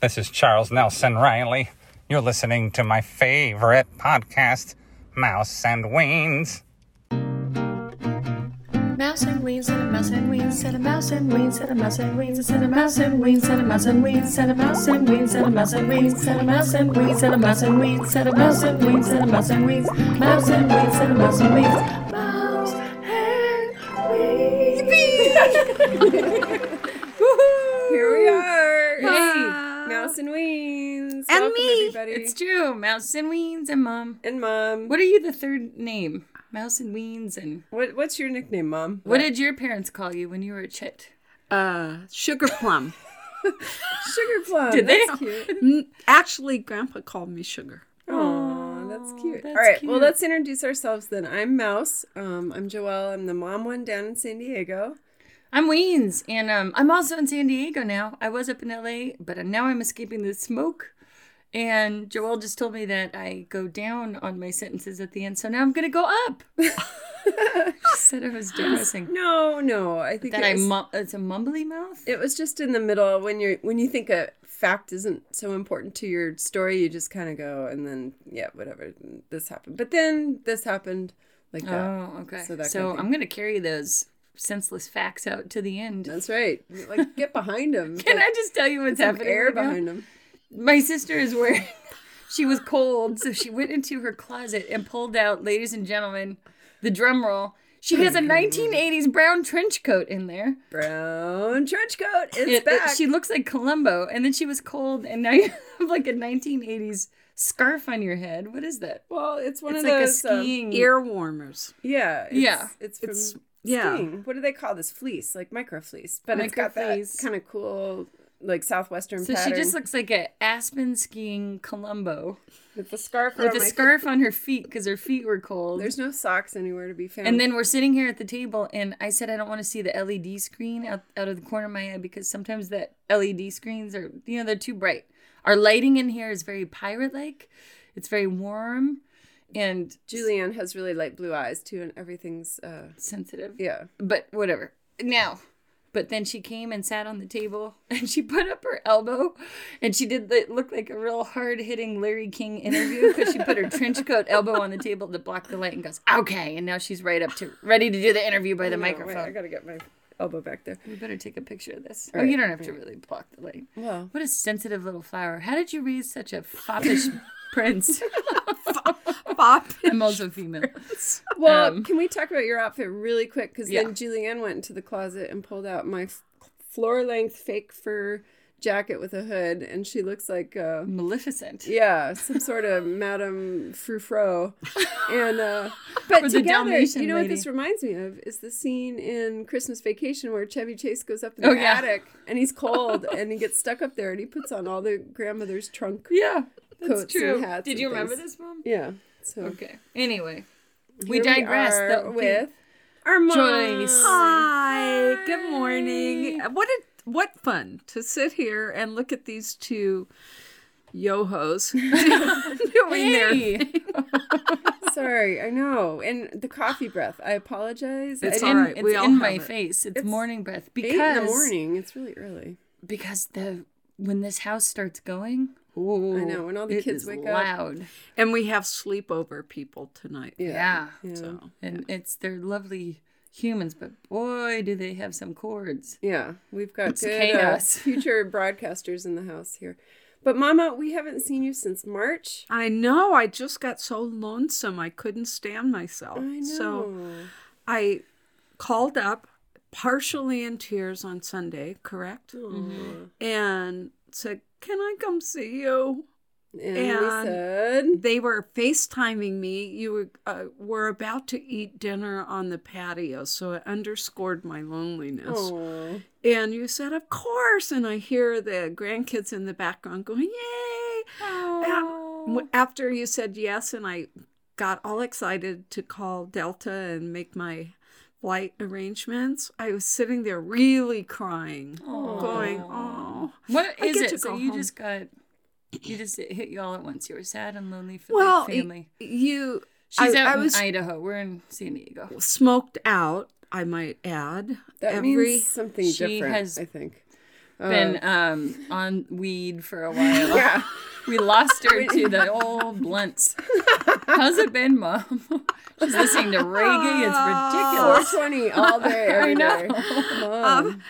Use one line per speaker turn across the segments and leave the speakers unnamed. This is Charles Nelson Riley. You're listening to my favorite podcast, Mouse and Weens.
Mouse and weens and a mouse and weens and a mouse and weens and a mouse and weens and a mouse and weens and a mouse and weens and a mouse and weens and a mouse and weens and a mouse and weens and a mouse and weens and a mouse and weens and a mouse and weens mouse and weens and a mouse and weens mouse and weens.
Here we are.
Hi.
Hey, Mouse and Weens.
and
Welcome,
me.
Everybody.
It's true. Mouse and Weens and Mom.
and Mom.
What are you the third name? Mouse and Weens and
What, what's your nickname, Mom?
what did your parents call you when you were a chit?
uh, sugar plum.
Sugar
Oh,
Plum.
Did they?
That's cute.
N- Actually, Grandpa called me sugar.
Aw, that's cute.
that's
All right. Well,
cute.
let's introduce ourselves then. I'm Mouse. Um, I'm Joelle. I'm the mom one down in San Diego.
I'm Weens and um I'm also in San Diego now. I was up in LA, but now I'm escaping the smoke. And Joel just told me that I go down on my sentences at the end, so now I'm gonna go up. she said I was dancing.
No, no. I think
That
it
I
was,
mu- it's a mumbly mouth.
it was just in the middle when you're when you think a fact isn't so important to your story, you just kind of go and then yeah, whatever. This happened, but then this happened like that.
Oh, okay. So,
So that kind of
I'm going to carry those senseless facts out to the end.
That's right. Like get behind him.
Can I just tell you what's
some
happening?
air
right now?
behind him.
My sister is wearing. She was cold, so she went into her closet and pulled out, ladies and gentlemen, the drum roll. She has a 1980s brown trench coat in there.
Brown trench coat. It's
It- it-
back.
uh, she looks like Columbo, and then she was cold, and now you have like a 1980s scarf on your head. What is that?
well, it's one
It's
of
like
those.
a
um,
skiing.
Ear warmers.
yeah. It's,
Yeah.
It's from
It's- yeah.
skiing. What do they call this fleece? Like micro fleece, but it's got
Microfleece.
that kind of cool, like southwestern
So
pattern.
she just looks like a aspen skiing Columbo.
with the scarf
with
around
a
my-
scarf on her feet because her feet were cold.
There's no socks anywhere to be found.
and then we're sitting here at the table, and I said I don't want to see the LED screen out, out of the corner of my eye because sometimes that LED screens are, you know, they're too bright. Our lighting in here is very pirate like, it's very warm and
Julianne has really light blue eyes too, and everything's uh,
sensitive.
yeah.
But whatever. Now, but then she came and sat on the table and she put up her elbow and she did the, look like a real hard hitting Larry King interview because she put her trench coat elbow on the table to block the light and goes, okay. And now she's right up to ready to do the interview by the
No, wait, I
microphone.
gotta get my elbow back there.
we better take a picture of this.
All
oh,
right,
you don't have to really block the light.
Well,
What a sensitive little flower. How did you raise such a foppish prince?
Bop.
I'm also female.
well,
Um,
can we talk about your outfit really quick? Because
Yeah.
then Julianne went into the closet and pulled out my f- floor length fake fur jacket with a hood, and she looks like, uh,
Maleficent.
yeah, some sort of Madame Frou-Frou. And uh, but
Or the
together,
Dalmatian
you know what
lady.
this reminds me of is the scene in Christmas Vacation where Chevy Chase goes up in
Oh,
the
yeah.
attic and he's cold and he gets stuck up there and he puts on all the grandmother's trunk.
Yeah, that's
Coats and
true.
hats
Did
and
you remember
things.
this, Mom?
Yeah. So
Okay. Anyway, we
here
digress.
are
The-
with our mom.
Joyce.
Hi. Good morning. Uh, What a, what fun to sit here and look at these two yohos doing their.
Hey!
Sorry, I know. And the coffee breath. I apologize.
It's
I
all
in-
right.
It's
we
in
all
my
have it.
face. It's,
It's
morning breath
Eight
because
in the morning. It's really early.
because the when this house starts going. Ooh,
I know, when all the
it
kids
is
wake up.
loud.
And we have sleepover people tonight.
Yeah.
So
and it's they're lovely humans, but boy, do they have some cords.
Yeah, we've got
It's
good uh,
chaos.
future broadcasters in the house here. But Mama, we haven't seen you since March.
I know. I just got so lonesome. I couldn't stand myself.
I know.
Oh, So I called up partially in tears on Sunday, correct? And said, Can I come see you?
and
and-
we said,
They were FaceTiming me. You were, uh, were about to eat dinner on the patio, so it underscored my loneliness.
oh,
And you said, Of course. And I hear the grandkids in the background going, Yay. And w- after you said yes, and I got all excited to call Delta and make my flight arrangements, I was sitting there really crying, going, Oh.
What
I
is
get
it?
to
So
go
you
home.
just got you just it hit you all at once. You were sad and lonely for
Well,
the
y-
family.
you
She's
I-
out
I
in
was-
Idaho. We're in San Diego.
smoked out, I might add.
that
every
means something
She
different.
has-
I think.
Uh,
been um, on weed for a while.
Yeah.
We lost her to the old blunts. How's it been, Mom? She's listening to reggae. It's ridiculous.
420 all day, every day.
Um,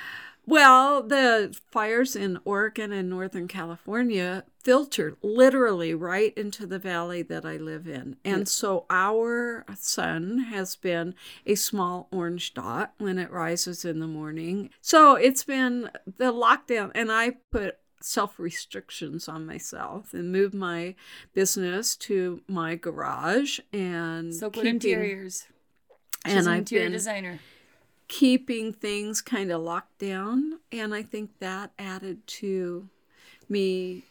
well, the fires in Oregon and Northern California filtered literally right into the valley that I live in. And so our sun has been a small orange dot when it rises in the morning. So it's been the lockdown, and I put self restrictions on myself and moved my business to my garage and
So good
keeping-
interiors. She's
and
an
I've
interior
been-
designer.
keeping things kind of locked down. And I think that added to me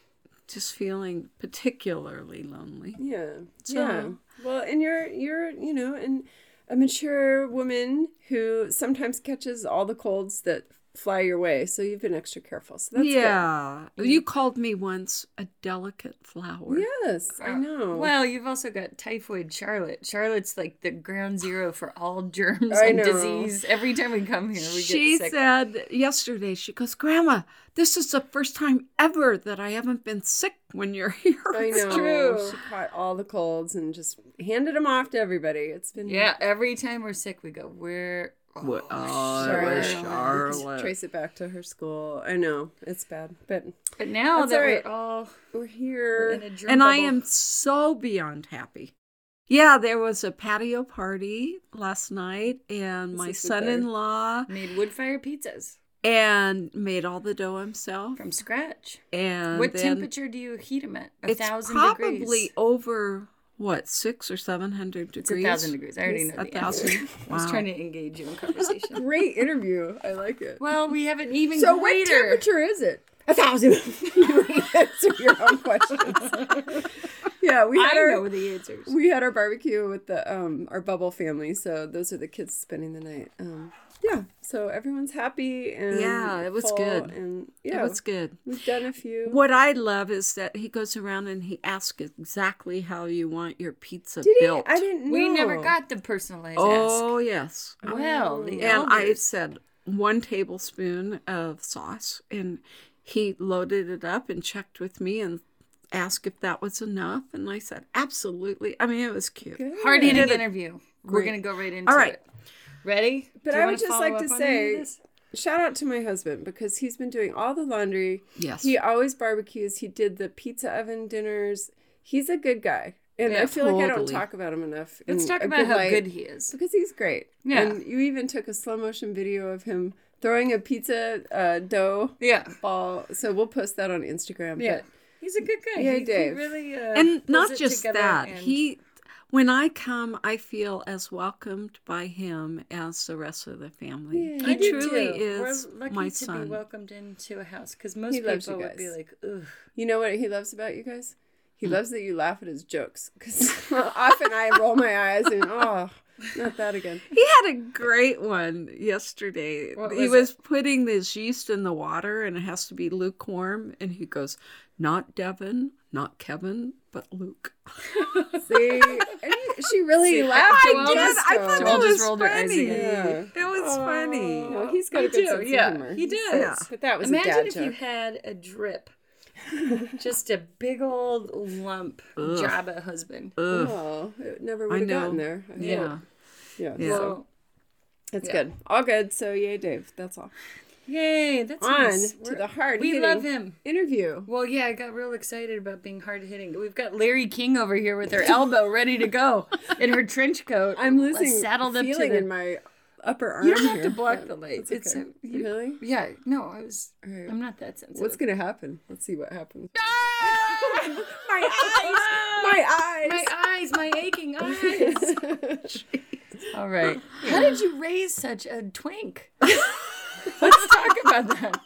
just feeling particularly lonely.
Yeah. yeah.
So-
Well, and you're you're, you know, and a mature woman who sometimes catches all the colds that fly your way. So you've been extra careful. So that's good.
yeah. You called me once a delicate flower.
Yes, I know.
Uh, Well, you've also got typhoid Charlotte. Charlotte's like the ground zero for all germs
I
and
know.
disease. Every time we come here, we get
She
sick.
said yesterday, she goes, Grandma, this is the first time ever that I haven't been sick when you're here.
I know.
true.
She caught all the colds and just handed them off to everybody. It's been
yeah, every time we're sick, we go, "Where?"
Wh- oh,
Charlotte.
Charlotte.
We could Trace it back to her school. I know it's bad, but
But now
That's
that
all right.
Oh, we're all
we're
in a
here.
germ
and I
bubble-
am so beyond happy. Yeah, there was a patio party last night, and
This
my
is what they're-
son-in-law
made wood fire pizzas
and made all the dough himself.
from scratch.
And
what
then
temperature do you heat them at? A
it's
thousand
probably
degrees.
over what six or seven hundred
It's a
degrees.
thousand degrees. I already know
A
the
thousand.
Answer. I was
Wow.
trying to engage you in conversation.
Great interview. I like it.
well, we have an even
So what
greater.
temperature is it? A thousand. you answer your own questions. yeah, we
I
had our
know the answers.
we had our barbecue with the um our bubble family. So those are the kids spending the night. Um, yeah. So everyone's happy and
Yeah, it was
full
good.
And
Yeah,
yeah,
it's good.
we've done a few.
What I love is that he goes around and he asks exactly how you want your pizza
Did he?
built.
I didn't.
We never
know.
got the personalized ask.
oh yes.
Well, the
and I
elders.
said one tablespoon of sauce, and he loaded it up and checked with me and asked if that was enough, and I said absolutely. I mean, it was cute.
Good.
hard hitting
did it.
interview. We're
Great.
gonna go right into
All right.
it. Ready? Do
But
you
I
wanna
would just
follow
like
up
to
on any
say,
of this?
shout out to my husband because he's been doing all the laundry.
Yes.
He always barbecues. He did the pizza oven dinners. He's a good guy, and I
Yeah,
feel like I don't
totally.
talk about him enough.
let's
in
talk
a
about how
light.
good he is.
because he's great.
Yeah.
and you even took a slow motion video of him throwing a pizza uh, dough
Yeah,
ball. So we'll post that on Instagram.
yeah. He's a good guy.
Yeah,
he, he
Dave.
really. Uh,
and
pulls
not
it
just
together
that
and-
he. When I come, I feel as welcomed by him as the rest of the family.
Yeah.
He
I do
truly
too.
is
We're lucky
my
to
son.
be welcomed into a house because most
He loves you
people would be
guys.
like, "Ugh."
But you know what he loves about you guys? He
Hmm.
loves that you laugh at his jokes because often I roll my eyes and oh, not that again.
He had a great one yesterday.
What
he
was
was putting this yeast in the water and it has to be lukewarm. And he goes, Not Devin, not Kevin, but Luke.
See, and he- she really
See, I-
laughed.
Joelle
at
just-
us,
I
though.
thought that
Joelle just
was
rolled her eyes
funny.
again.
It was funny.
No, he's got
I
a good
do,
sense
yeah,
of humor.
he does.
But that was a
Imagine
dad
if
joke.
you had a drip, just a big old lump Jabba husband.
Ugh.
Oh, it never
I
would have
know.
gotten there. I
Yeah.
hope. yeah,
Yeah.
So it's good. All good. So yay, Dave. That's all.
Yay! That's
On
nice.
to
We're-
the hard.
We love him.
Interview.
Well, yeah, I got real excited about being hard hitting. We've got Larry King over here with her elbow ready to go in her trench coat.
I'm losing
saddled up to
feeling
the-
in my upper arm.
You don't have
here.
to block
But
the lights.
that's
It's
okay.
so, you-
really.
Yeah, no, I was.
right.
I'm not that sensitive.
What's gonna happen? Let's see what happens.
my eyes,
My
my eyes,
eyes.
my aching eyes. All right. How did you raise such a twink? Let's talk about that.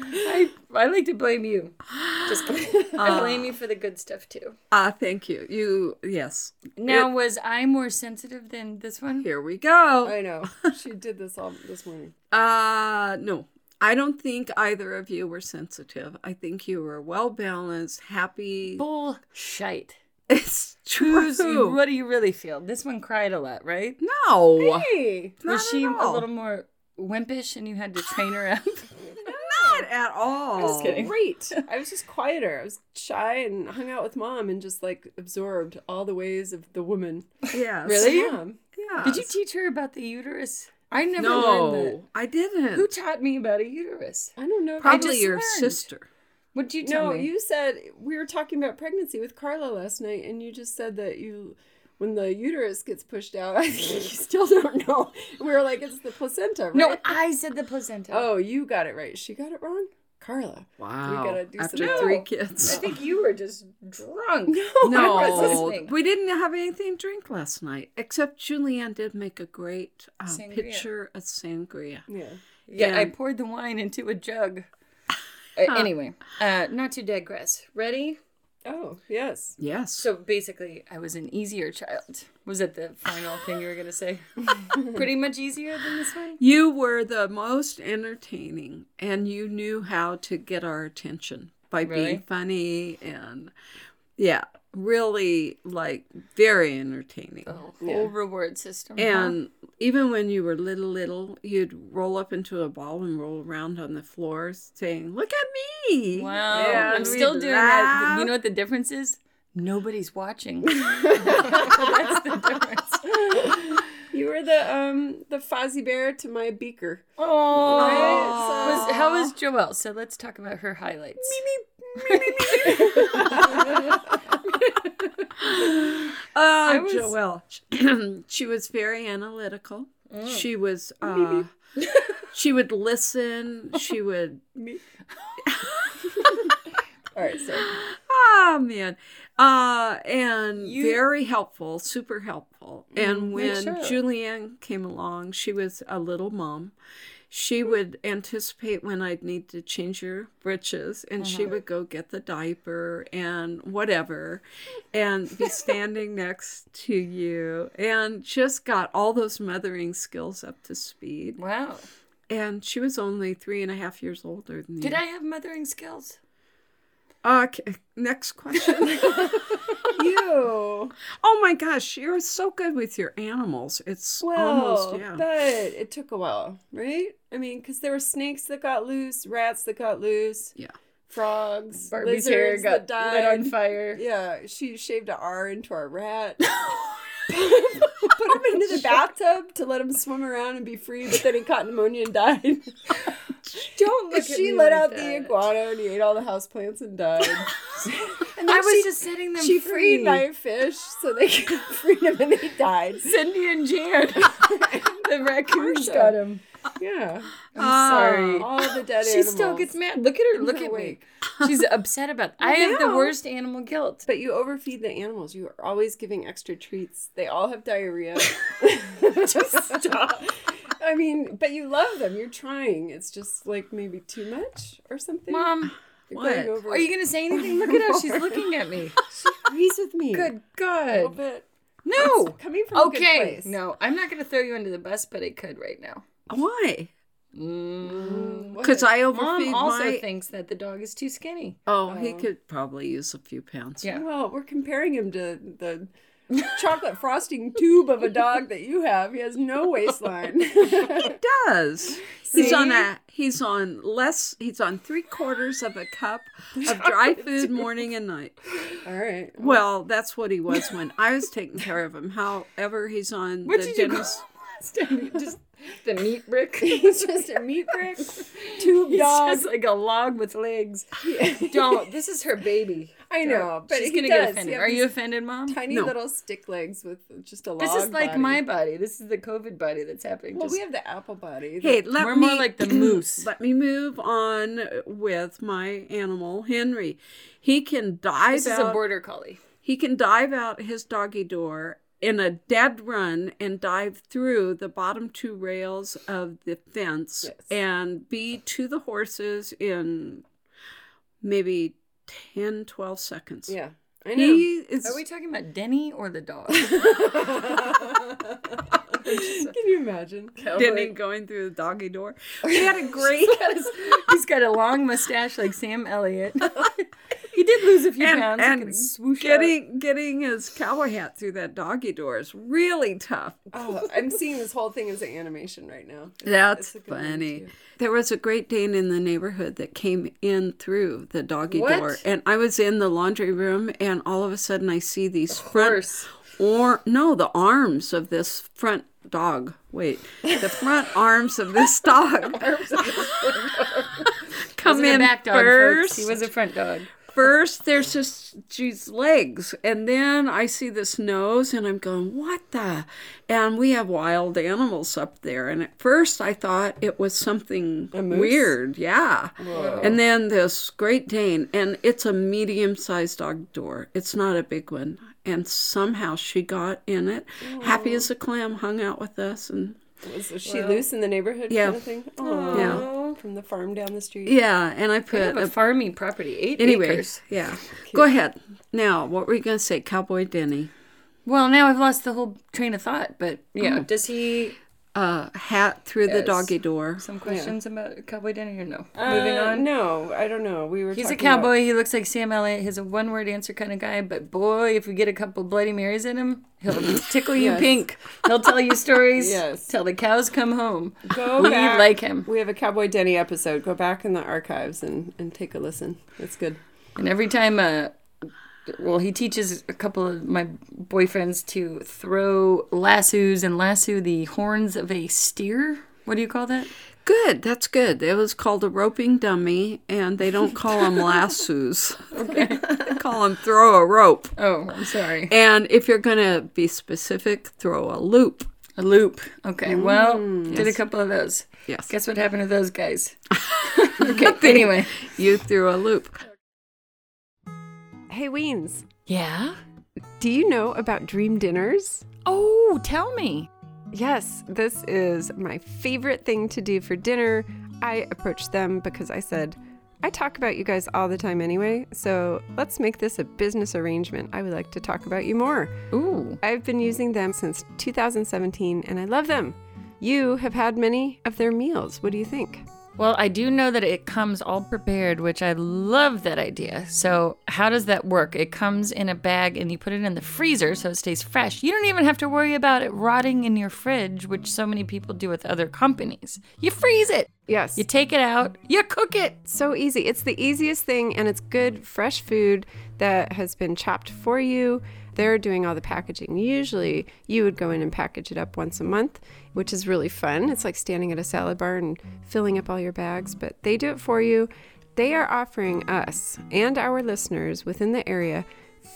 I I like to blame you. Ah. Just kidding. I blame you for the good stuff too.
Ah, thank you. You, yes.
Now, was I more sensitive than this one?
Here we go.
I know. She did this all this morning.
Uh, no. I don't think either of you were sensitive. I think you were well balanced, happy.
Bullshite.
It's
Who's,
true.
what do you really feel? This one cried a lot, right?
No.
Hey.
Not
was she
at
a
all.
little more wimpish and you had to train her up?
No. it at all.
was kidding.
Great.
I was just quieter. I was shy and hung out with mom and just like absorbed all the ways of the woman.
Yes.
Really? Mom.
Yeah.
Did you teach her about the uterus? I never learned
No, I
that. Who
didn't.
taught me about a uterus?
I don't know.
I
Probably
just
your
learned.
sister.
What did you tell
No,
me?
you said we were talking about pregnancy with Carla last night, and you just said that you, when the uterus gets pushed out, I think you still don't know. We were like, it's the placenta, right?
no, I said the placenta.
Oh, you got it right. She got it wrong. Carla.
Wow.
gotta do
After
some-
three
No.
I
kids.
think you were just drunk. I was
No,
listening.
we didn't have anything to drink last night, except Julianne did make a great uh,
Sangria.
picture of sangria.
Yeah.
Yeah, I
And-
poured the wine into a jug. Uh, anyway, uh, not to digress. Ready?
Oh, yes.
Yes.
So basically, I was an easier child. Was that the final thing you were gonna say? Pretty much easier than this one.
you were the most entertaining, and you knew how to get our attention by
Really?
being funny and, yeah, really like very entertaining.
The whole reward system. huh?
And even when you were little, little, you'd roll up into a ball and roll around on the floor saying, Look at me.
wow,
Yeah,
I'm
and
still
we'd
doing that.
laugh.
You know what the difference is? Nobody's watching. That's the difference.
You were the um the Fozzie Bear to my beaker.
Oh,
Right?
was, how was Joelle? So let's talk about her highlights.
Oh,
was-
Joelle. she was very analytical.
Mm.
She was, uh, she would listen. She would,
All right, so
oh man. Uh, and
You- Mm,
very helpful, super helpful. And when
sure.
Julianne came along, she was a little mom. She would anticipate when I'd need to change your britches, and she
Uh-huh.
would go get the diaper and whatever, and be standing next to you, and just got all those mothering skills up to speed.
Wow.
And she was only three and a half years older than
Did
you.
I have mothering skills?
I? Okay, next question.
you.
oh my gosh, you're so good with your animals. It's
Well,
almost yeah.
but it took a while, right? I mean, because there were snakes that got loose, rats that got loose,
Yeah.
frogs,
Barbie's hair
lizards
got
that died.
lit on fire.
Yeah, she shaved an R into our rat. Put him into the bathtub to let him swim around and be free, but then he caught pneumonia and died.
Don't look at
she
me
let
like
out the
that.
iguana and he ate all the houseplants and died.
And I was
she-
just setting them
she
free.
freed my fish so they could free him and they died.
Cindy and Jan. the raccoons
Marsha.
got him.
Yeah.
Oh.
Sorry.
All the dead
She
animals.
still gets mad. Look at her. Look
No
at
way.
me. She's upset about. I have the
now-
worst animal guilt.
But you overfeed the animals. You are always giving extra treats. They all have diarrhea. just stop. I mean, but you love them. You're trying. It's just like maybe too much or something.
Mom,
You're
what?
going over.
are you gonna say anything? Look at how she's looking at me.
agrees with me?
Good
A little
God.
bit.
No.
Coming from a good
Okay.
place.
No, I'm not gonna throw you under the bus, but I could right now.
Why?
Mm.
Because I overfeed
Mom also
my.
thinks that the dog is too skinny.
oh, he could probably use a few pounds.
Yeah.
Well, we're comparing him to the chocolate frosting tube of a dog that you have. He has no waistline.
he does. He's on a. He's on less. He's on three quarters of a cup of dry food morning and night.
all right.
Well, that's what he was when I was taking care of him. However, he's on
What
the
did you call
dentist.
Just the meat brick.
He's just a meat brick tube
He's
dog.
just like a log with legs. Don't. This is her baby.
I know, but
She's
he
gonna
does.
get
He
offended.
has
Are
these
you offended, mom?
tiny
No.
little stick legs with just a log?
This is like
body.
my body. This is the COVID body that's happening.
Well,
Just-
we have the apple body.
Hey, let
we're
me.
more like the moose.
Let me move on with my animal, Henry. He can dive
this is
out.
a border collie.
He can dive out his doggy door in a dead run and dive through the bottom two rails of the fence
Yes.
and be to the horses in maybe 10, 12 seconds.
yeah, I know.
He is.
Are we talking about Denny or the dog?
Can you imagine?
Denny going through the doggy door. We had a great
He's got a long mustache like Sam Elliott. he did lose a few pounds. I
and
could swoosh out.
getting getting his cowboy hat through that doggy door is really tough.
Oh, I'm seeing this whole thing as an animation right now. It's-
That's
it's a good one,
funny.
too.
There was a Great Dane in the neighborhood that came in through the doggy
What?
door, and I was in the laundry room, and all of a sudden I see these front
Horse.
or no, the arms of this front dog. Wait, the front arms of this dog come
He was
in
a back dog,
first.
folks. He was a front dog.
first there's just these legs and then i see this nose and i'm going what the and we have wild animals up there and at first i thought it was something weird yeah and then this great dane and it's a medium-sized dog door it's not a big one and somehow she got in it happy as a clam hung out with us and
Was was she loose in the neighborhood
Yeah.
kind of thing? Oh,
Yeah.
From the farm down the street.
yeah and i put
Kind of a
a
farming property. Eight
Anyways,
acres.
yeah. Go ahead. Now, what were you going to say? Cowboy Denny.
Well, now I've lost the whole train of thought, but yeah. Does he
uh, hat through the
Yes.
doggy door.
some questions about Cowboy Denny or no?
Uh,
Moving on.
No, I don't know. We were.
He's a
talking about-
cowboy. He looks like Sam Elliott. He's a one-word answer kind of guy. But boy, if we get a couple Bloody Marys in him, he'll tickle you
Yes.
pink. He'll tell you stories.
Yes.
Till the cows come home.
Go
We
back.
like him.
We have a Cowboy Denny episode. Go back in the archives and, and take a listen. It's good.
And every time, uh, well, he teaches a couple of my boyfriends to throw lassos and lasso the horns of a steer. What do you call that?
Good, that's good. It was called a roping dummy, and they don't call them lassos. they call them throw a rope.
Oh, I'm sorry.
And if you're going to be specific, throw a loop.
A loop. Okay. Well,
Mm.
did a couple of those.
Yes.
Guess what happened to those guys? okay. Anyway.
You threw a loop.
Hey, Weens.
Yeah.
Do you know about dream dinners?
Oh, tell me.
Yes, this is my favorite thing to do for dinner. I approached them because I said, I talk about you guys all the time anyway, so let's make this a business arrangement. I would like to talk about you more.
Ooh.
I've been using them since 2017 and I love them. You have had many of their meals. What do you think?
Well, I do know that it comes all prepared, which I love that idea. So, how does that work? It comes in a bag and you put it in the freezer so it stays fresh. You don't even have to worry about it rotting in your fridge, which so many people do with other companies. You freeze it,
Yes.
you take it out, you cook it.
so easy. It's the easiest thing, and it's good, fresh food that has been chopped for you. They're doing all the packaging. Usually, you would go in and package it up once a month, which is really fun. It's like standing at a salad bar and filling up all your bags, but they do it for you. They are offering us and our listeners within the area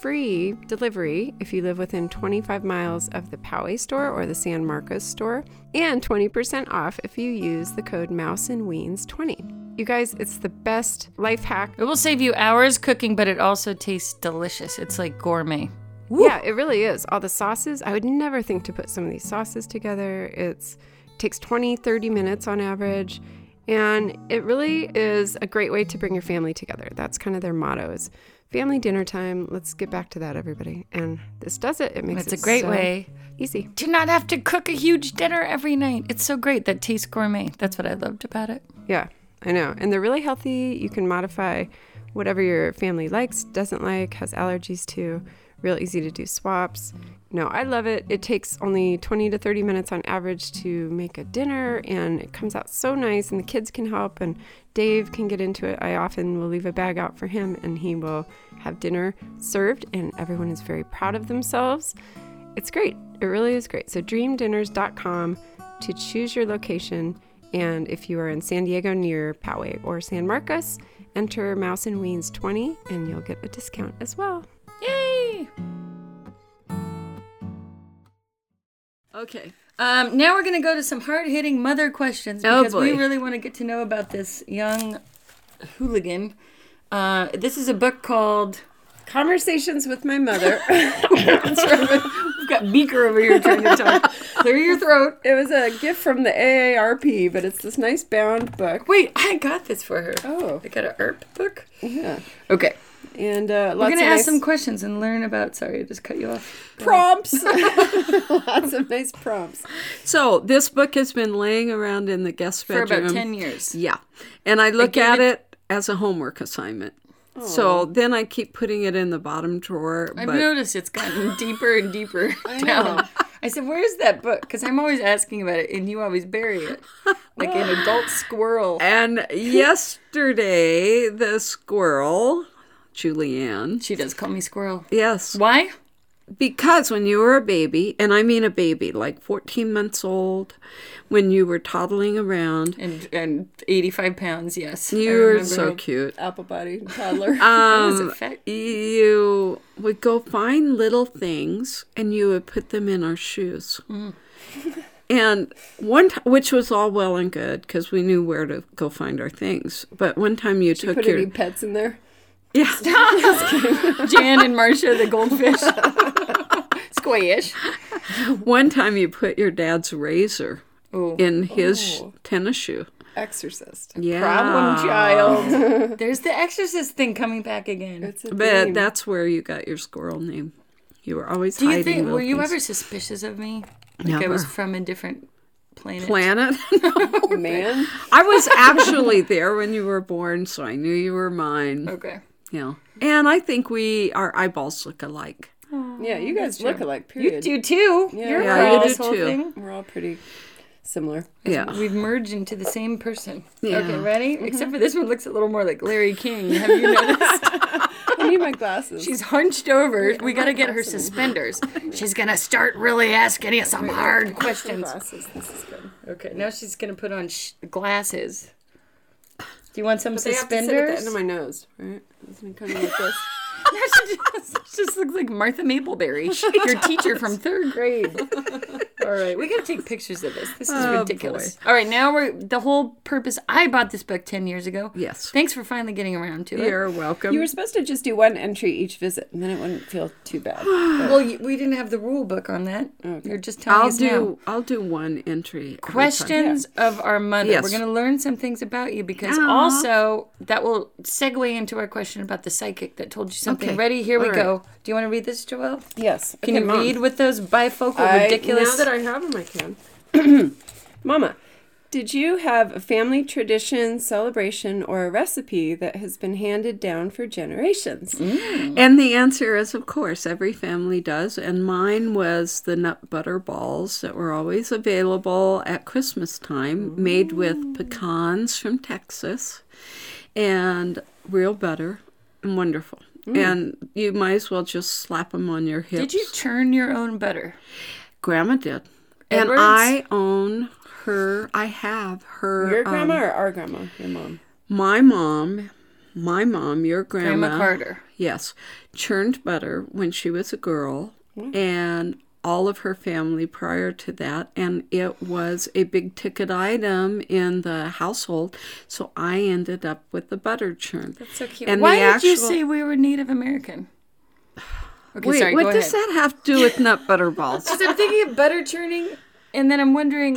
free delivery if you live within 25 miles of the Poway store or the San Marcos store, and 20% off if you use the code Mouse and Weens 20 You guys, it's the best life hack.
It will save you hours cooking, but it also tastes delicious. It's like gourmet.
Yeah, it really is. All the sauces, I would never think to put some of these sauces together. It's takes 20, 30 minutes on average. And it really is a great way to bring your family together. That's kind of their motto is family dinner time. Let's get back to that, everybody. And this does it. It makes
It's a
it
great
so
way
easy.
to not have to cook a huge dinner every night. It's so great that tastes gourmet. That's what I loved about it.
Yeah, I know. And they're really healthy. You can modify whatever your family likes, doesn't like, has allergies to. Real easy to do swaps. No, I love it. It takes only 20 to 30 minutes on average to make a dinner, and it comes out so nice. And the kids can help, and Dave can get into it. I often will leave a bag out for him, and he will have dinner served, and everyone is very proud of themselves. It's great. It really is great. So dreamdinners.com to choose your location. And if you are in San Diego near Poway or San Marcos, enter Mouse and Weens 20 and you'll get a discount as well.
Yay!
Okay.
Um, now we're going to go to some hard hitting mother questions
Oh,
because we
boy.
really want to get to know about this young hooligan. Uh, this is a book called.
Conversations with my mother.
We've got Beaker over here trying to talk. Clear your throat.
it was a gift from the AARP, but it's this nice bound book.
Wait, I got this for her.
Oh.
I got a ERP book.
Yeah.
Okay.
And uh,
We're
lots
going
of
to ask
nice
some questions and learn about. Sorry, I just cut you off.
prompts. lots of nice prompts.
So this book has been laying around in the guest
For
bedroom
about 10 years.
Yeah. And I look
gave
at
it-
it as a homework assignment. So then I keep putting it in the bottom drawer.
I've
but
noticed it's gotten deeper and deeper
know.
down. I said, "Where's that book?" Because I'm always asking about it, and you always bury it, like an adult squirrel.
And yesterday, the squirrel, Julianne.
She does call me squirrel.
Yes.
Why?
Because when you were a baby, and I mean a baby, like 14 months old, when you were toddling around,
And and 85 pounds. Yes,
you were so cute.
Apple body toddler.
That was a
Um,
fact.
you would go find little things and you would put them in our shoes.
Mm.
And one, t- which was all well and good because we knew where to go find our things. But one time you took
Put
your
any pets in there?
yeah,
Jan and Marcia, the goldfish. Squish.
one time you put your dad's razor
Oh,
in his tennis shoe.
Exorcist.
Yeah,
problem child. There's the Exorcist thing coming back again.
It's a
But
theme.
that's where you got your squirrel name. You were always
Do you
hiding
think?
little
Were you
things.
ever suspicious of me? Like I
Never.
was from a different planet.
planet?
man.
I was actually there when you were born, so I knew you were mine.
Okay.
Yeah. And I think we our eyeballs look alike.
Yeah, you guys look alike,
You
period.
do too. You're
Yeah,
right.
you do
this whole
too.
thing.
We're all pretty similar.
Yeah.
We've merged into the same person.
Yeah.
Okay, ready? Except for this one looks a little more like Larry King. Have you noticed?
I need my glasses.
She's hunched over. We got to get her suspenders. She's going to start really asking you some hard questions.
glasses. This is good.
Okay, now she's going to put on sh- glasses. Do you want some
They have to sit at the end
suspenders?
of my nose, right? Doesn't come like this.
Now she just, she just looks like Martha Mapleberry, your teacher from third grade. Oh, All right, we gotta take pictures of this. This is ridiculous. All right, now we're the whole purpose. I bought this book ten years ago.
Yes.
Thanks for finally getting around to it.
You're welcome.
You were supposed to just do one entry each visit, and then it wouldn't feel too bad.
Well, you, we didn't have the rule book on that. You're just telling
I'll
us
do
now.
I'll do one entry. every time.
Questions of our mother.
Yes.
We're going to learn some things about you because
Aw.
also that will segue into our question about the psychic that told you something.
Okay.
Ready? Here we
All right.
go. Do you want to read this, Joelle?
Yes.
Can you read with those bifocal
I,
ridiculous?
Now that I have them, I can. Mama, did you have a family tradition, celebration, or a recipe that has been handed down for generations?
Mm-hmm.
And the answer is of course every family does and mine was the nut butter balls that were always available at Christmas time made with pecans from Texas and real butter and wonderful. And you might as well just slap them on your hips.
Mm. Did you churn your own butter?
Grandma did.
Edwards?
And I own her. I have her.
Your
um,
grandma or our grandma? Your mom.
my mom. My mom, your grandma.
Grandma Carter.
Yes. Churned butter when she was a girl and all of her family prior to that. And it was a big ticket item in the household. So I ended up with the butter churn. That's
So cute.
And
Why
the
did you
actual-
say we were Native American? Okay,
Wait,
sorry,
what
go ahead.
does that have to do with nut butter balls?
Because I'm thinking of butter churning, and then I'm wondering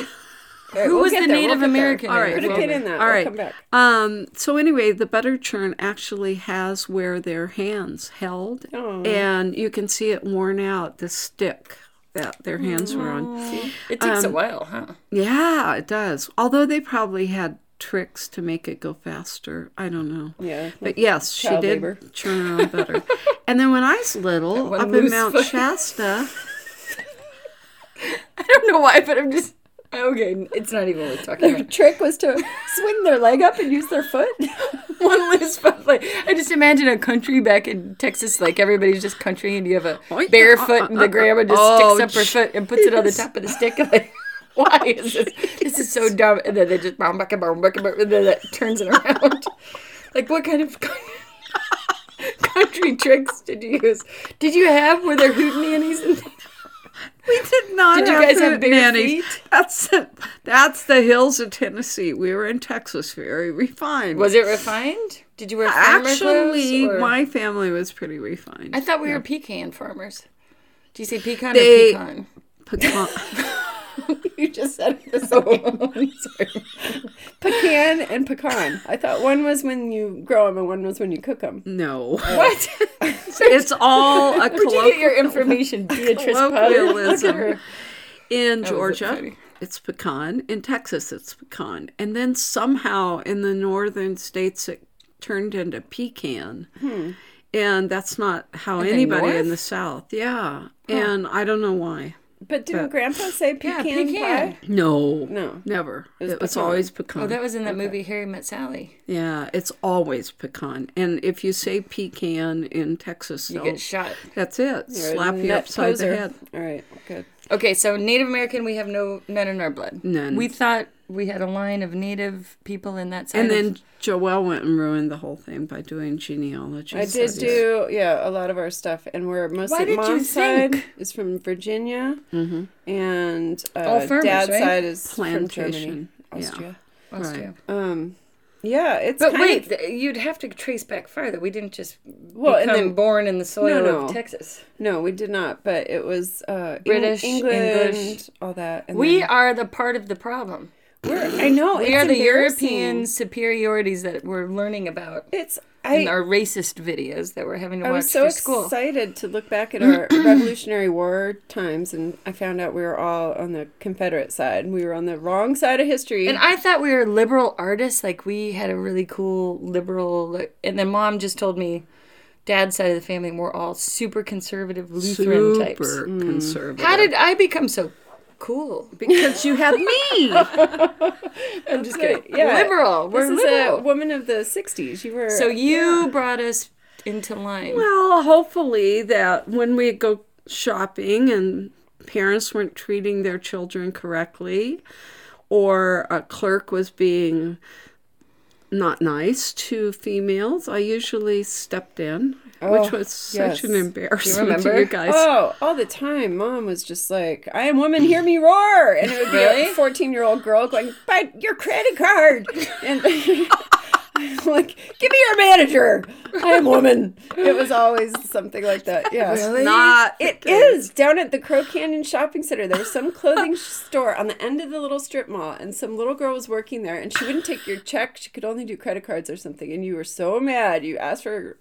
who was the
get there, we'll get
Native
there.
American.
All
there?
right,
Put a
well,
pin in that.
all
we'll
right.
come back.
Um, so anyway, the butter churn actually has where their hands held,
Oh.
and you can see it worn out. The stick that their hands were on.
It takes a while, huh?
Yeah, it does. Although they probably had tricks to make it go faster. I don't know.
Yeah.
But yes, she
Child
did
labor.
churn around butter. and then when I was little,
one
up in
loose
Mount
foot.
Shasta,
I don't know why, but I'm just okay. It's not even worth talking
Their
about.
trick was to swing their leg up and use their foot.
One loose foot. Like, I just imagine a country back in Texas, like everybody's just country, and you have a
yeah.
barefoot, and the grandma just
Oh,
sticks up her foot and puts it on the top of the stick. Like, why is this? This is so dumb. And then they just boom, buck, boom, buck, boom, and then that turns it around. Like, what kind of country tricks did you use? Did you have were there hoot nannies? And
we did not.
Did you
have
guys have
hoot
bare
nannies.
feet?
That's the, that's the hills of Tennessee. We were in Texas, very refined.
was it refined? Did you wear farmer
Actually,
clothes? or-
my family was pretty refined.
I thought we were pecan farmers. Do you say pecan
They-
or pecan?
Pecan.
you just said it
Oh,
the same. Pecan and pecan. I thought one was when you grow them and one was when you cook them.
no,
What?
it's all a
Where'd you get
colloquial,
your information, Beatrice Potter? Look at
colloquialism.
her.
In
was
Georgia,
funny.
it's pecan. In Texas, it's pecan, and then somehow in the northern states, it turned into pecan.
Hmm.
And that's not how
In the
anybody in
north?
the South. Yeah. And I don't know why.
But didn't
But-
Grandpa say
Yeah,
pecan,
pecan.
pie?
No.
No.
Never.
It was
It was
pecan.
always pecan.
Oh, that was in that movie Harry Met Sally.
Yeah, it's always pecan. And if you say pecan in Texas,
You
they'll-
get shot.
that's it.
You're a
Slap you
nut
upside
poser.
the head.
All right, good.
Okay, so Native American, we have no none in our blood.
None.
We thought we had a line of Native people in that side.
and
of-
then Joelle went and ruined the whole thing by doing genealogy.
I did
studies.
do yeah a lot of our stuff, and we're mostly
did you
mom's side
think?
is from Virginia, and
Mm-hmm. All
uh,
farmers,
dad's
right?
side is
Plantation,
from
yeah.
Germany, Austria.
Austria.
Um, yeah, it's
But
kind
wait,
of-
th- you'd have to trace back farther. We didn't just
Well, and
become
then-
born in the soil
no.
of Texas.
no, we did not, but it was uh, Eng-
British,
England,
English.
all that. And
We
then-
are the part of the problem.
we're, I know
We
it's
are the
embarrassing.
European superiorities that we're learning about
It's I
in our racist videos that we're having to
I
watch
was so
for school.
excited to look back at our Revolutionary War times, and I found out we were all on the Confederate side. We were on the wrong side of history.
And I thought we were liberal artists, like we had a really cool liberal. like- And then mom just told me, dad's side of the family, we're all super conservative Lutheran
Super
types.
Mm.
conservative.
How did I become so cool?
because you had me?
I'm just kidding.
yeah.
liberal. We're
this is
liberal.
a woman of the '60s. You were
So you brought us into line.
well, hopefully that when we go shopping and parents weren't treating their children correctly, or a clerk was being not nice to females, I usually stepped in, which
Oh,
was such an
yes.
embarrassment to
remember?
you guys.
Oh, all the time, mom was just like, "I am woman, hear me roar," and it would be a fourteen-year-old girl going, "But your credit card," and like, "Give me your manager." I am woman. It was always something like that. Yeah,
Not
It is down at the Crow Canyon Shopping Center. There was some clothing sh- store on the end of the little strip mall, and some little girl was working there, and she wouldn't take your check. She could only do credit cards or something, and you were so mad. You asked for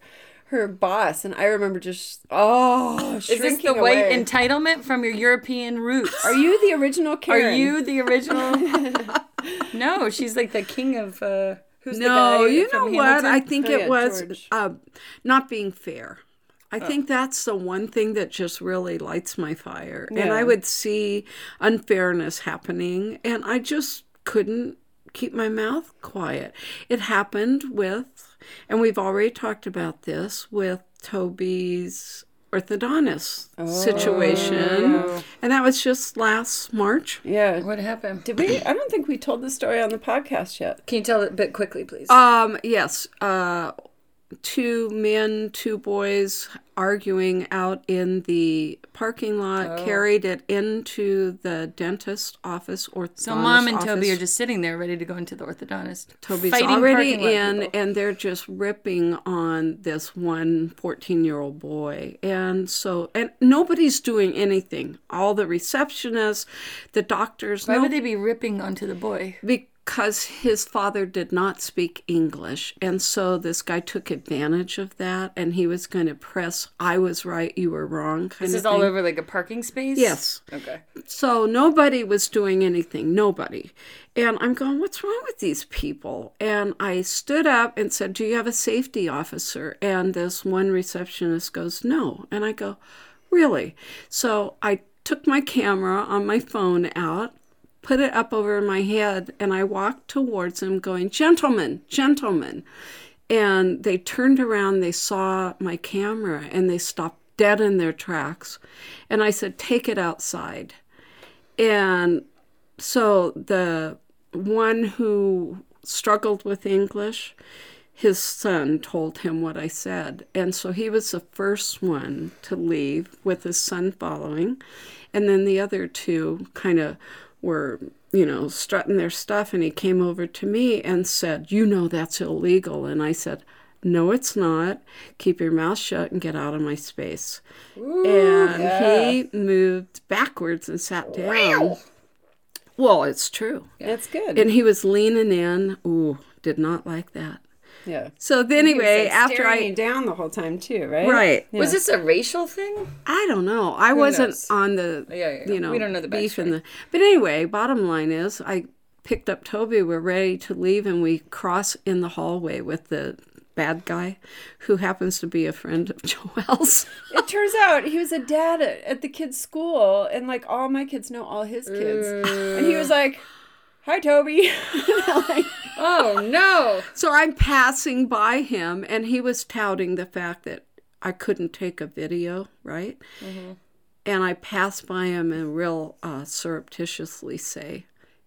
her boss, and I remember just oh,
Is this the white entitlement from your European roots?
Are you the original
Are
Karen?
you the original? no, she's like the king of. Uh, who's the
No,
guy
you know
from
what?
Hamilton?
I think
Oh,
it
yeah,
was
George.
uh, not being fair. I think that's the one thing that just really lights my fire. And I
Yeah.
would see unfairness happening, and I just couldn't keep my mouth quiet. It happened with, and we've already talked about this, with Toby's orthodontist situation. And that was just last March.
Yeah.
What happened?
Did we? I don't think we told the story on the podcast yet.
Can you tell it a bit quickly, please?
Um, yes. Uh, two men, two boys arguing out in the parking lot,
Oh.
carried it into the dentist office or
so mom and Toby are just sitting there ready to go into the orthodontist.
Toby's
fighting
already
parking lot
in,
people.
and they're just ripping on this one 14 year old boy. And so, and nobody's doing anything. All the receptionists, the doctors,
Why
no
would they be ripping onto the boy?
because his father did not speak English. And so this guy took advantage of that and he was going to press, I was right, you were wrong. Kind
This
of
is all
thing.
over like a parking space?
Yes.
Okay.
So nobody was doing anything, nobody. And I'm going, what's wrong with these people? And I stood up and said, Do you have a safety officer? And this one receptionist goes, No. And I go, Really? So I took my camera on my phone out, put it up over my head, and I walked towards him, going, Gentlemen, gentlemen. And they turned around, they saw my camera, and they stopped dead in their tracks. And I said, Take it outside. And so the one who struggled with English, his son told him what I said. And so he was the first one to leave with his son following. And then the other two kind of were, you know, strutting their stuff. And he came over to me and said, You know, that's illegal. And I said, No, it's not. Keep your mouth shut and get out of my space. and he moved backwards and sat down. Well, it's true.
That's good.
And he was leaning in. Ooh, did not like that.
yeah.
So then anyway,
Like
after
staring you
I
down the whole time too, right?
right,
Was this a racial thing?
I don't know. I wasn't
knows?
on the
Yeah, yeah, yeah.
you know
We don't know the
beef and
backstory.
the. But anyway, bottom line is I picked up Toby. We're ready to leave, and we cross in the hallway with the bad guy who happens to be a friend of Joel's.
It turns out he was a dad at, at the kids' school, and like all my kids know all his kids. And
Mm.
he was like, Hi, Toby.
Oh no!
So I'm passing by him, and he was touting the fact that I couldn't take a video, right? And I pass by him and real uh, surreptitiously say,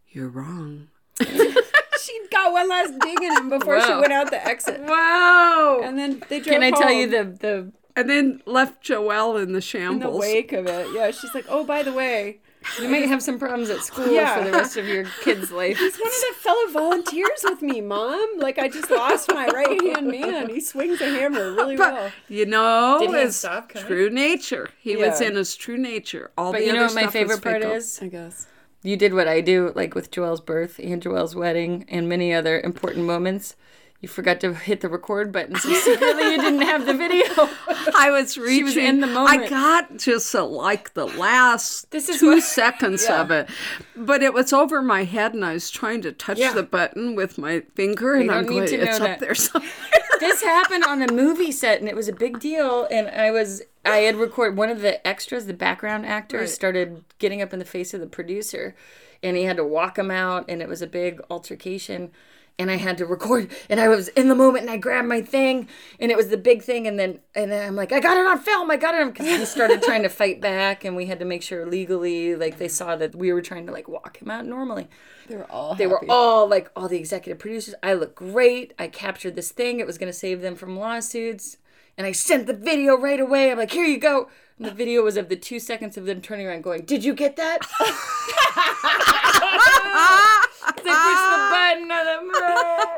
You're wrong.
she got one last dig in him before she
Wow.
went out the exit.
Wow.
And then they drove
Can I tell
home
you the the
And then left Joelle in the
in the
shambles.
wake of it. Yeah, she's like, Oh, by the way,
you might have some problems at school
Yeah.
for the rest of your kid's life.
he's one of the fellow volunteers with me, Mom. Like I just lost my right hand man. He swings a hammer really well.
you know,
Did he
his
stop coming?
true nature. He was
Yeah.
in his true nature. All
But
the
you know
other
what my
stuff was
favorite part
fake.
is?
I guess.
You did what I do, like with Joelle's birth and Joelle's wedding and many other important moments. You forgot to hit the record button, so secretly you didn't have the video.
I was reaching.
was in the
I
moment.
got just uh, like the last
This is
two
what-
seconds of it, but it was over my head, and I was trying to touch the button with my finger, and I'm
don't need
going,
to
it's
know
up
that."
there somewhere.
this happened on the movie set and it was a big deal and i was i had recorded one of the extras the background actors started getting up in the face of the producer and he had to walk him out and it was a big altercation and i had to record and i was in the moment and i grabbed my thing and it was the big thing and then and then i'm like i got it on film i got it on because he started trying to fight back and we had to make sure legally like they saw that we were trying to like walk him out normally
They were all
they were all like all the executive producers i look great i captured this thing it was going to save them from lawsuits and i sent the video right away i'm like here you go and the video was of the two seconds of them turning around going did you get that they pushed the button on the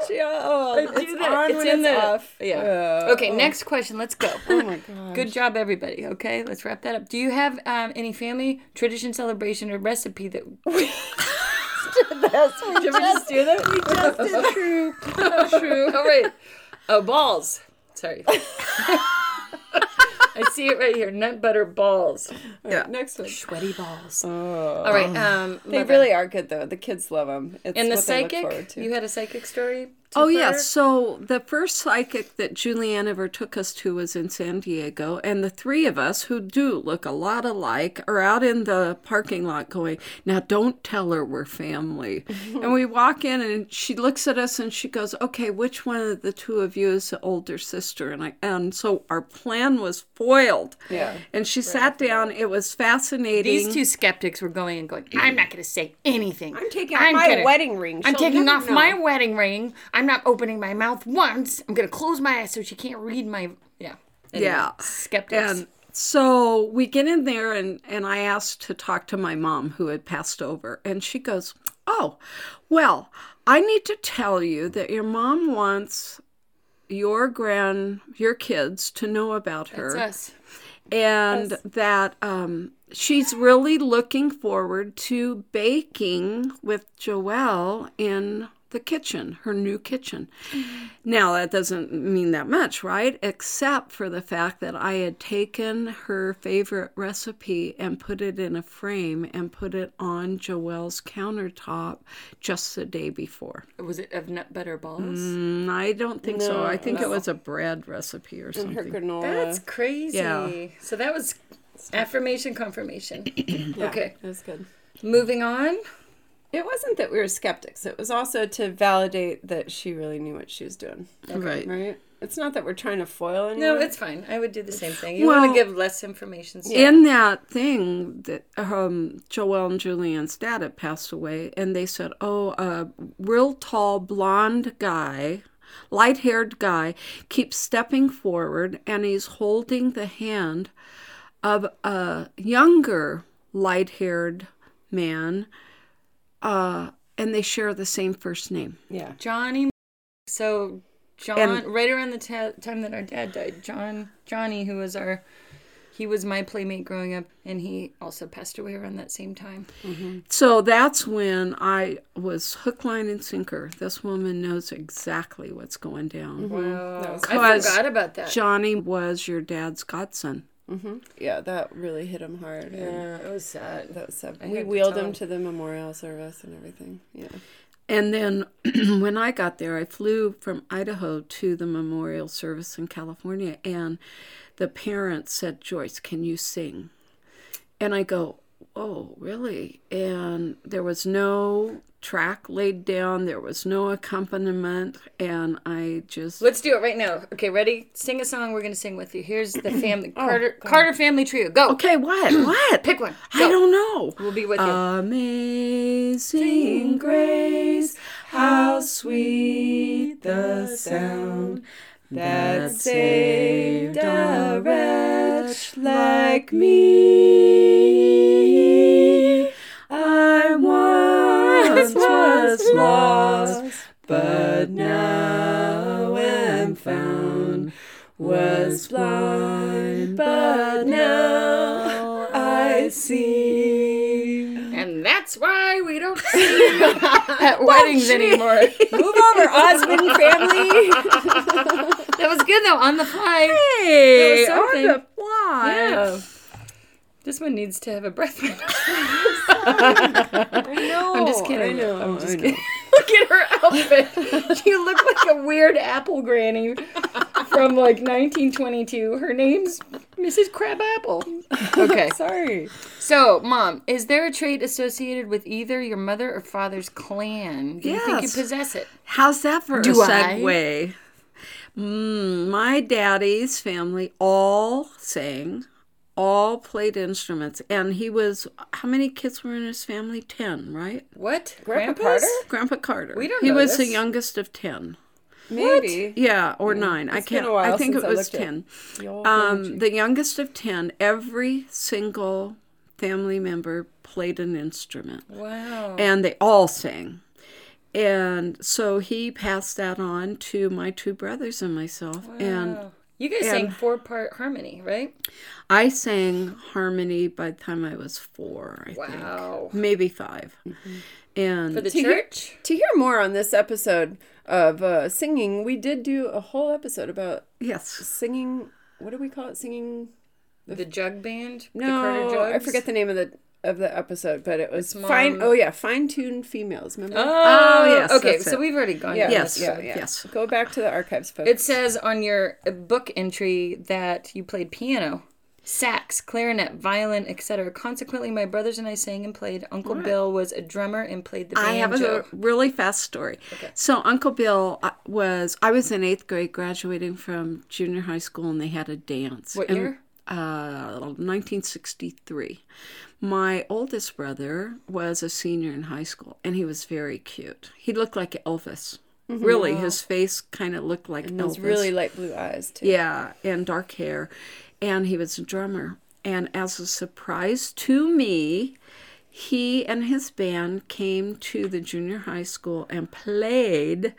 Yeah, oh,
I
it's
do that.
on
It's
when
in
it's
the-
off.
yeah okay next question let's go
Oh my god.
good job everybody okay let's wrap that up do you have um, any family tradition celebration or recipe that
Did you ever just do that? We just did true.
True. All right. Oh, balls. Sorry. I see it right here. Nut butter balls.
Next one.
Sweaty balls. All right. Um,
Oh. They really are good though. The kids love them. It's
And the
what they look forward
psychic.
to.
You had a psychic story. to
Oh
her?
yeah, so the first psychic that Julianne ever took us to was in San Diego, and the three of us who do look a lot alike are out in the parking lot going, "Now don't tell her we're family." and we walk in, and she looks at us, and she goes, "Okay, which one of the two of you is the older sister?" And I and so our plan was foiled.
Yeah.
And she sat down. It was fascinating.
These two skeptics were going and going. I'm not going to say anything. I'm
taking off my wedding ring.
I'm
She'll
taking
never
off
know."
my wedding ring. I'm not opening my mouth once. I'm going to close my eyes so she can't read my. Yeah. Anyway,
Yeah.
Skeptics.
And so we get in there, and, and I asked to talk to my mom who had passed over. And she goes, Oh, well, I need to tell you that your mom wants your grand your kids to know about her
That's us.
and that um, she's really looking forward to baking with Joelle in the kitchen, her new kitchen. Now, that doesn't mean that much, right? Except for the fact that I had taken her favorite recipe and put it in a frame and put it on Joelle's countertop just the day before.
Was it of nut butter balls?
Mm.
And I don't think so. I think it was a bread recipe or
Her
something.
granola.
That's crazy.
Yeah.
So that was affirmation confirmation. Okay.
That was good.
Moving on.
It wasn't that we were skeptics. It was also to validate that she really knew what she was doing.
Right.
Right? It's not that we're trying to foil anyone.
No, it's fine. I would do the same thing. You
Well-
want to give less information. so-
in that thing that um, Joelle and Julianne's dad had passed away, and they said, "Oh, a real tall blonde guy, light-haired guy, keeps stepping forward, and he's holding the hand of a younger light-haired man, uh, and they share the same first name."
yeah.
Johnny. So John,
And-
right around the ta- time that our dad died, John Johnny, who was our, he was my playmate growing up, and he also passed away around that same time.
So that's when I was hook, line, and sinker. This woman knows exactly what's going down.
Wow. I
Cause-
forgot about that.
Johnny was your dad's godson.
Yeah, that really hit him hard. and
yeah, it was sad.
That was sad.
had
We
to
wheeled
tell
him
him.
to the memorial service and everything. Yeah.
And then when I got there, I flew from Idaho to the memorial service in California, and the parents said, Joyce, can you sing? And I go, Oh, really? And there was no track laid down, there was no accompaniment, and I just.
Let's do it right now. Okay, ready? Sing a song. We're gonna sing with you. Here's the family
Oh,
Carter Carter family trio. Go.
Okay, what? what?
Pick one.
I
Go.
don't know.
We'll be with you.
Uh,
Amazing grace, how sweet the sound that saved a wretch like me. I once was lost, but now am found. Was blind, but now I see.
And that's why we don't see you at weddings anymore.
Move over, Osmond family.
That was good though, on the fly.
Hey,
That was
on the fly.
Yeah. This one needs to have a breath.
No,
I'm just kidding.
I know.
I'm just kidding. Look at her outfit. You look like a weird apple granny from like 1922. Her name's Mrs. Crabapple. Okay.
Sorry.
So, mom, is there a trait associated with either your mother or father's clan? Do you think you
Yes.
possess it?
How's that for
Do
a
I?
segue? Mm, my daddy's family all sang, all played instruments, and he was how many kids were in his family? Ten, right?
What?
Grandpa
Grandpa's?
Carter?
Grandpa Carter. We
don't
He
know
was the
this.
youngest of ten.
Maybe.
Yeah, or nine. I
been
can't.
a while
I think
since
it
I
was
looked at
ten.
Y'all
Um, the youngest of ten. Every single family member played an instrument.
Wow.
and they all sang. And so he passed that on to my two brothers and myself. And
You guys sang four part harmony, right?
I sang harmony by the time I was four, I think,
Wow. Mm-hmm.
maybe five. And
For the church?
To hear more on this episode of uh, singing, we did do a whole episode about
yes,
singing. What do we call it? Singing?
The jug band? the Carter
No,
jugs?
I forget the name of the of the episode, but it was
It's
fine.
mom.
Oh yeah, fine tuned females. Remember?
Oh,
yes,
Okay,
that's
so
it.
we've already gone.
Yeah,
down
yes,
this
yeah,
road.
yeah.
yes.
Go back to the archives, folks.
It says on your uh, book entry that you played piano, sax, clarinet, violin, etc. Consequently, my brothers and I sang and played. Uncle Bill was a drummer and played the banjo.
I have a really fast story. So Uncle Bill uh, was I was in eighth grade, graduating from junior high school, and they had a dance.
What
And,
year?
Uh, 1963. My oldest brother was a senior in high school, and he was very cute. He looked like Elvis.
Mm-hmm.
Really, his face kind of looked like
And
Elvis.
those really light blue eyes too.
Yeah, and dark hair. And he was a drummer. And as a surprise to me, he and his band came to the junior high school and played,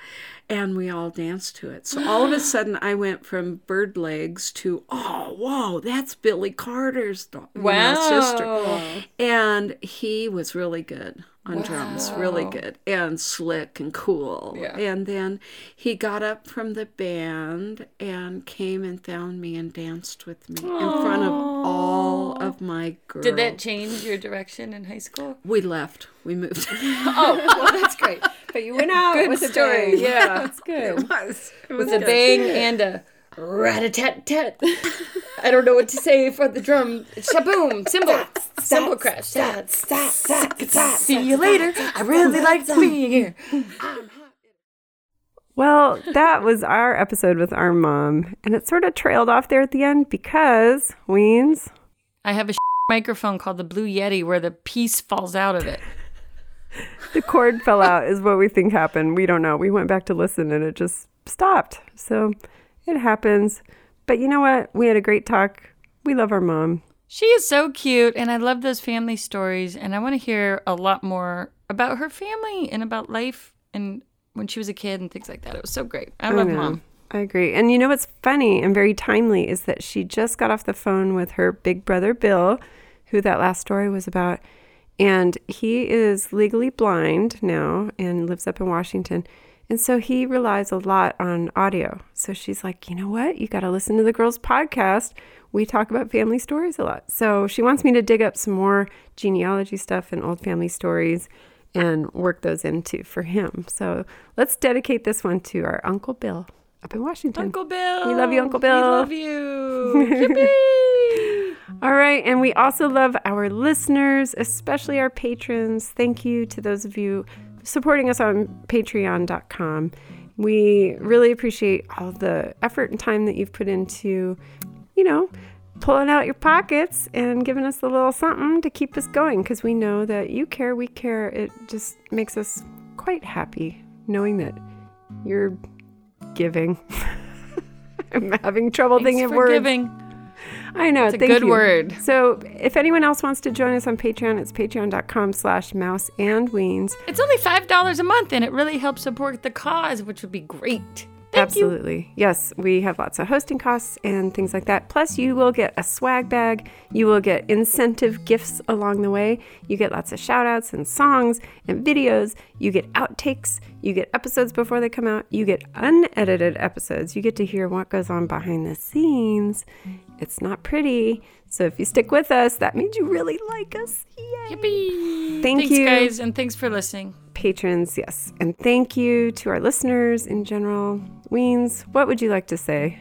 and we all danced to it. So all of a sudden, I went from bird legs to, oh, whoa, that's Billy Carter's da- you know, sister. And he was really good on drums, really good, and slick and cool. And then he got up from the band and came and found me and danced with me in front of all of my girls.
Did that change your direction in high school?
We left. We moved.
Oh, well, that's great.
But you went out
Good
with a
story.
bang. Yeah, that's good.
was.
With a bang and a rat a tat tat. I don't know what to say for the drum. Shaboom! Cymbal! Cymbal crash! See you later! I really liked being here!
Well, that was our episode with our mom, and it sort of trailed off there at the end because Weens.
I have a microphone called the Blue Yeti where the piece falls out of it.
the cord fell out is what we think happened. We don't know. We went back to listen and it just stopped. So it happens. But you know what? We had a great talk. We love our mom.
She is so cute, and I love those family stories, and I want to hear a lot more about her family and about life and when she was a kid and things like that. It was so great. I love
Mm-hmm.
know.
mom.
I agree. And you know what's funny and very timely is that she just got off the phone with her big brother Bill, who that last story was about. And he is legally blind now and lives up in Washington. And so he relies a lot on audio. So she's like, you know what? You got to listen to the girls' podcast. We talk about family stories a lot. So she wants me to dig up some more genealogy stuff and old family stories
and work those into for him. So let's dedicate this one to our Uncle Bill up in Washington.
Uncle Bill.
We love you, Uncle Bill.
We love you. Yippee!
All right. And we also love our listeners, especially our patrons. Thank you to those of you supporting us on patreon.com. We really appreciate all the effort and time that you've put into, you know, pulling out your pockets and giving us a little something to keep us going because we know that you care, we care. It just makes us quite happy knowing that you're giving. I'm having trouble thinking of
for
words.
giving.
I know.
It's a
thank
good
you.
word.
So if anyone else wants to join us on Patreon, it's patreon.com slash mouse and weens.
It's only five dollars a month, and it really helps support the cause, which would be great. Thank you.
Absolutely. Yes, we have lots of hosting costs and things like that. Plus, you will get a swag bag. You will get incentive gifts along the way. You get lots of shout outs and songs and videos. You get outtakes. You get episodes before they come out. You get unedited episodes. You get to hear what goes on behind the scenes. It's not pretty. So if you stick with us, that means you really like us. Yay.
Yippee!
Thank
thanks,
you.
guys, and thanks for listening.
patrons, yes. And thank you to our listeners in general. Weens, what would you like to say?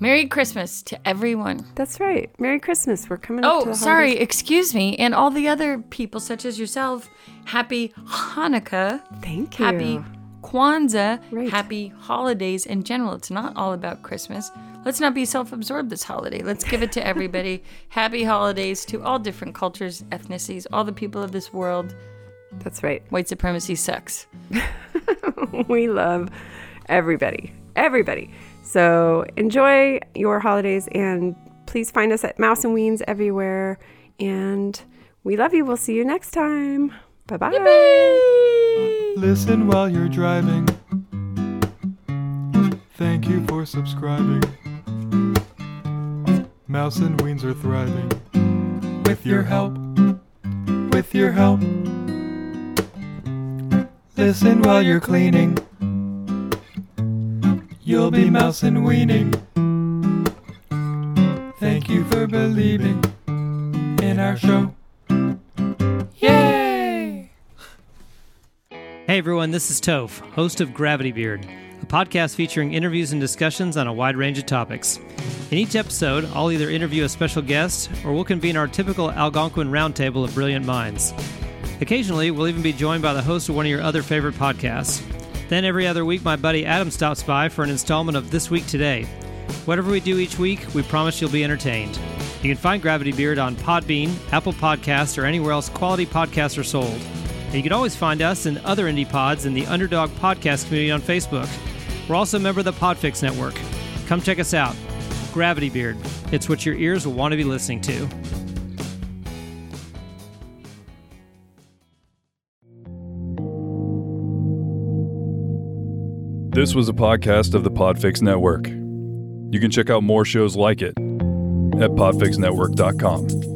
Merry Christmas to everyone.
That's right. Merry Christmas. We're coming up to
Oh,
the
sorry,
holidays.
excuse me, and all the other people, such as yourself. Happy Hanukkah.
Thank you.
Happy Kwanzaa.
Right.
Happy holidays in general. It's not all about Christmas. Let's not be self absorbed this holiday. Let's give it to everybody. happy holidays to all different cultures, ethnicities, all the people of this world.
That's right.
White supremacy sucks.
we love everybody. Everybody. So enjoy your holidays and please find us at Mouse and Weens everywhere. And we love you. We'll see you next time. Bye bye.
Listen while you're driving. Thank you for subscribing. Mouse and Weens are thriving. With your help. With your help. Listen while you're cleaning. You'll be mouse and weaning. Thank you for believing in our show. Yay!
Hey everyone, this is Toph, host of Gravity Beard, a podcast featuring interviews and discussions on a wide range of topics. In each episode, I'll either interview a special guest or we'll convene our typical Algonquin roundtable of brilliant minds. Occasionally, we'll even be joined by the host of one of your other favorite podcasts. Then every other week, my buddy Adam stops by for an installment of This Week Today. Whatever we do each week, we promise you'll be entertained. You can find Gravity Beard on Podbean, Apple Podcasts, or anywhere else quality podcasts are sold. And you can always find us and other indie pods in the Underdog Podcast community on Facebook. We're also a member of the Podfix Network. Come check us out. Gravity Beard. It's what your ears will want to be listening to.
This was a podcast of the Podfix Network. You can check out more shows like it at podfixnetwork.com.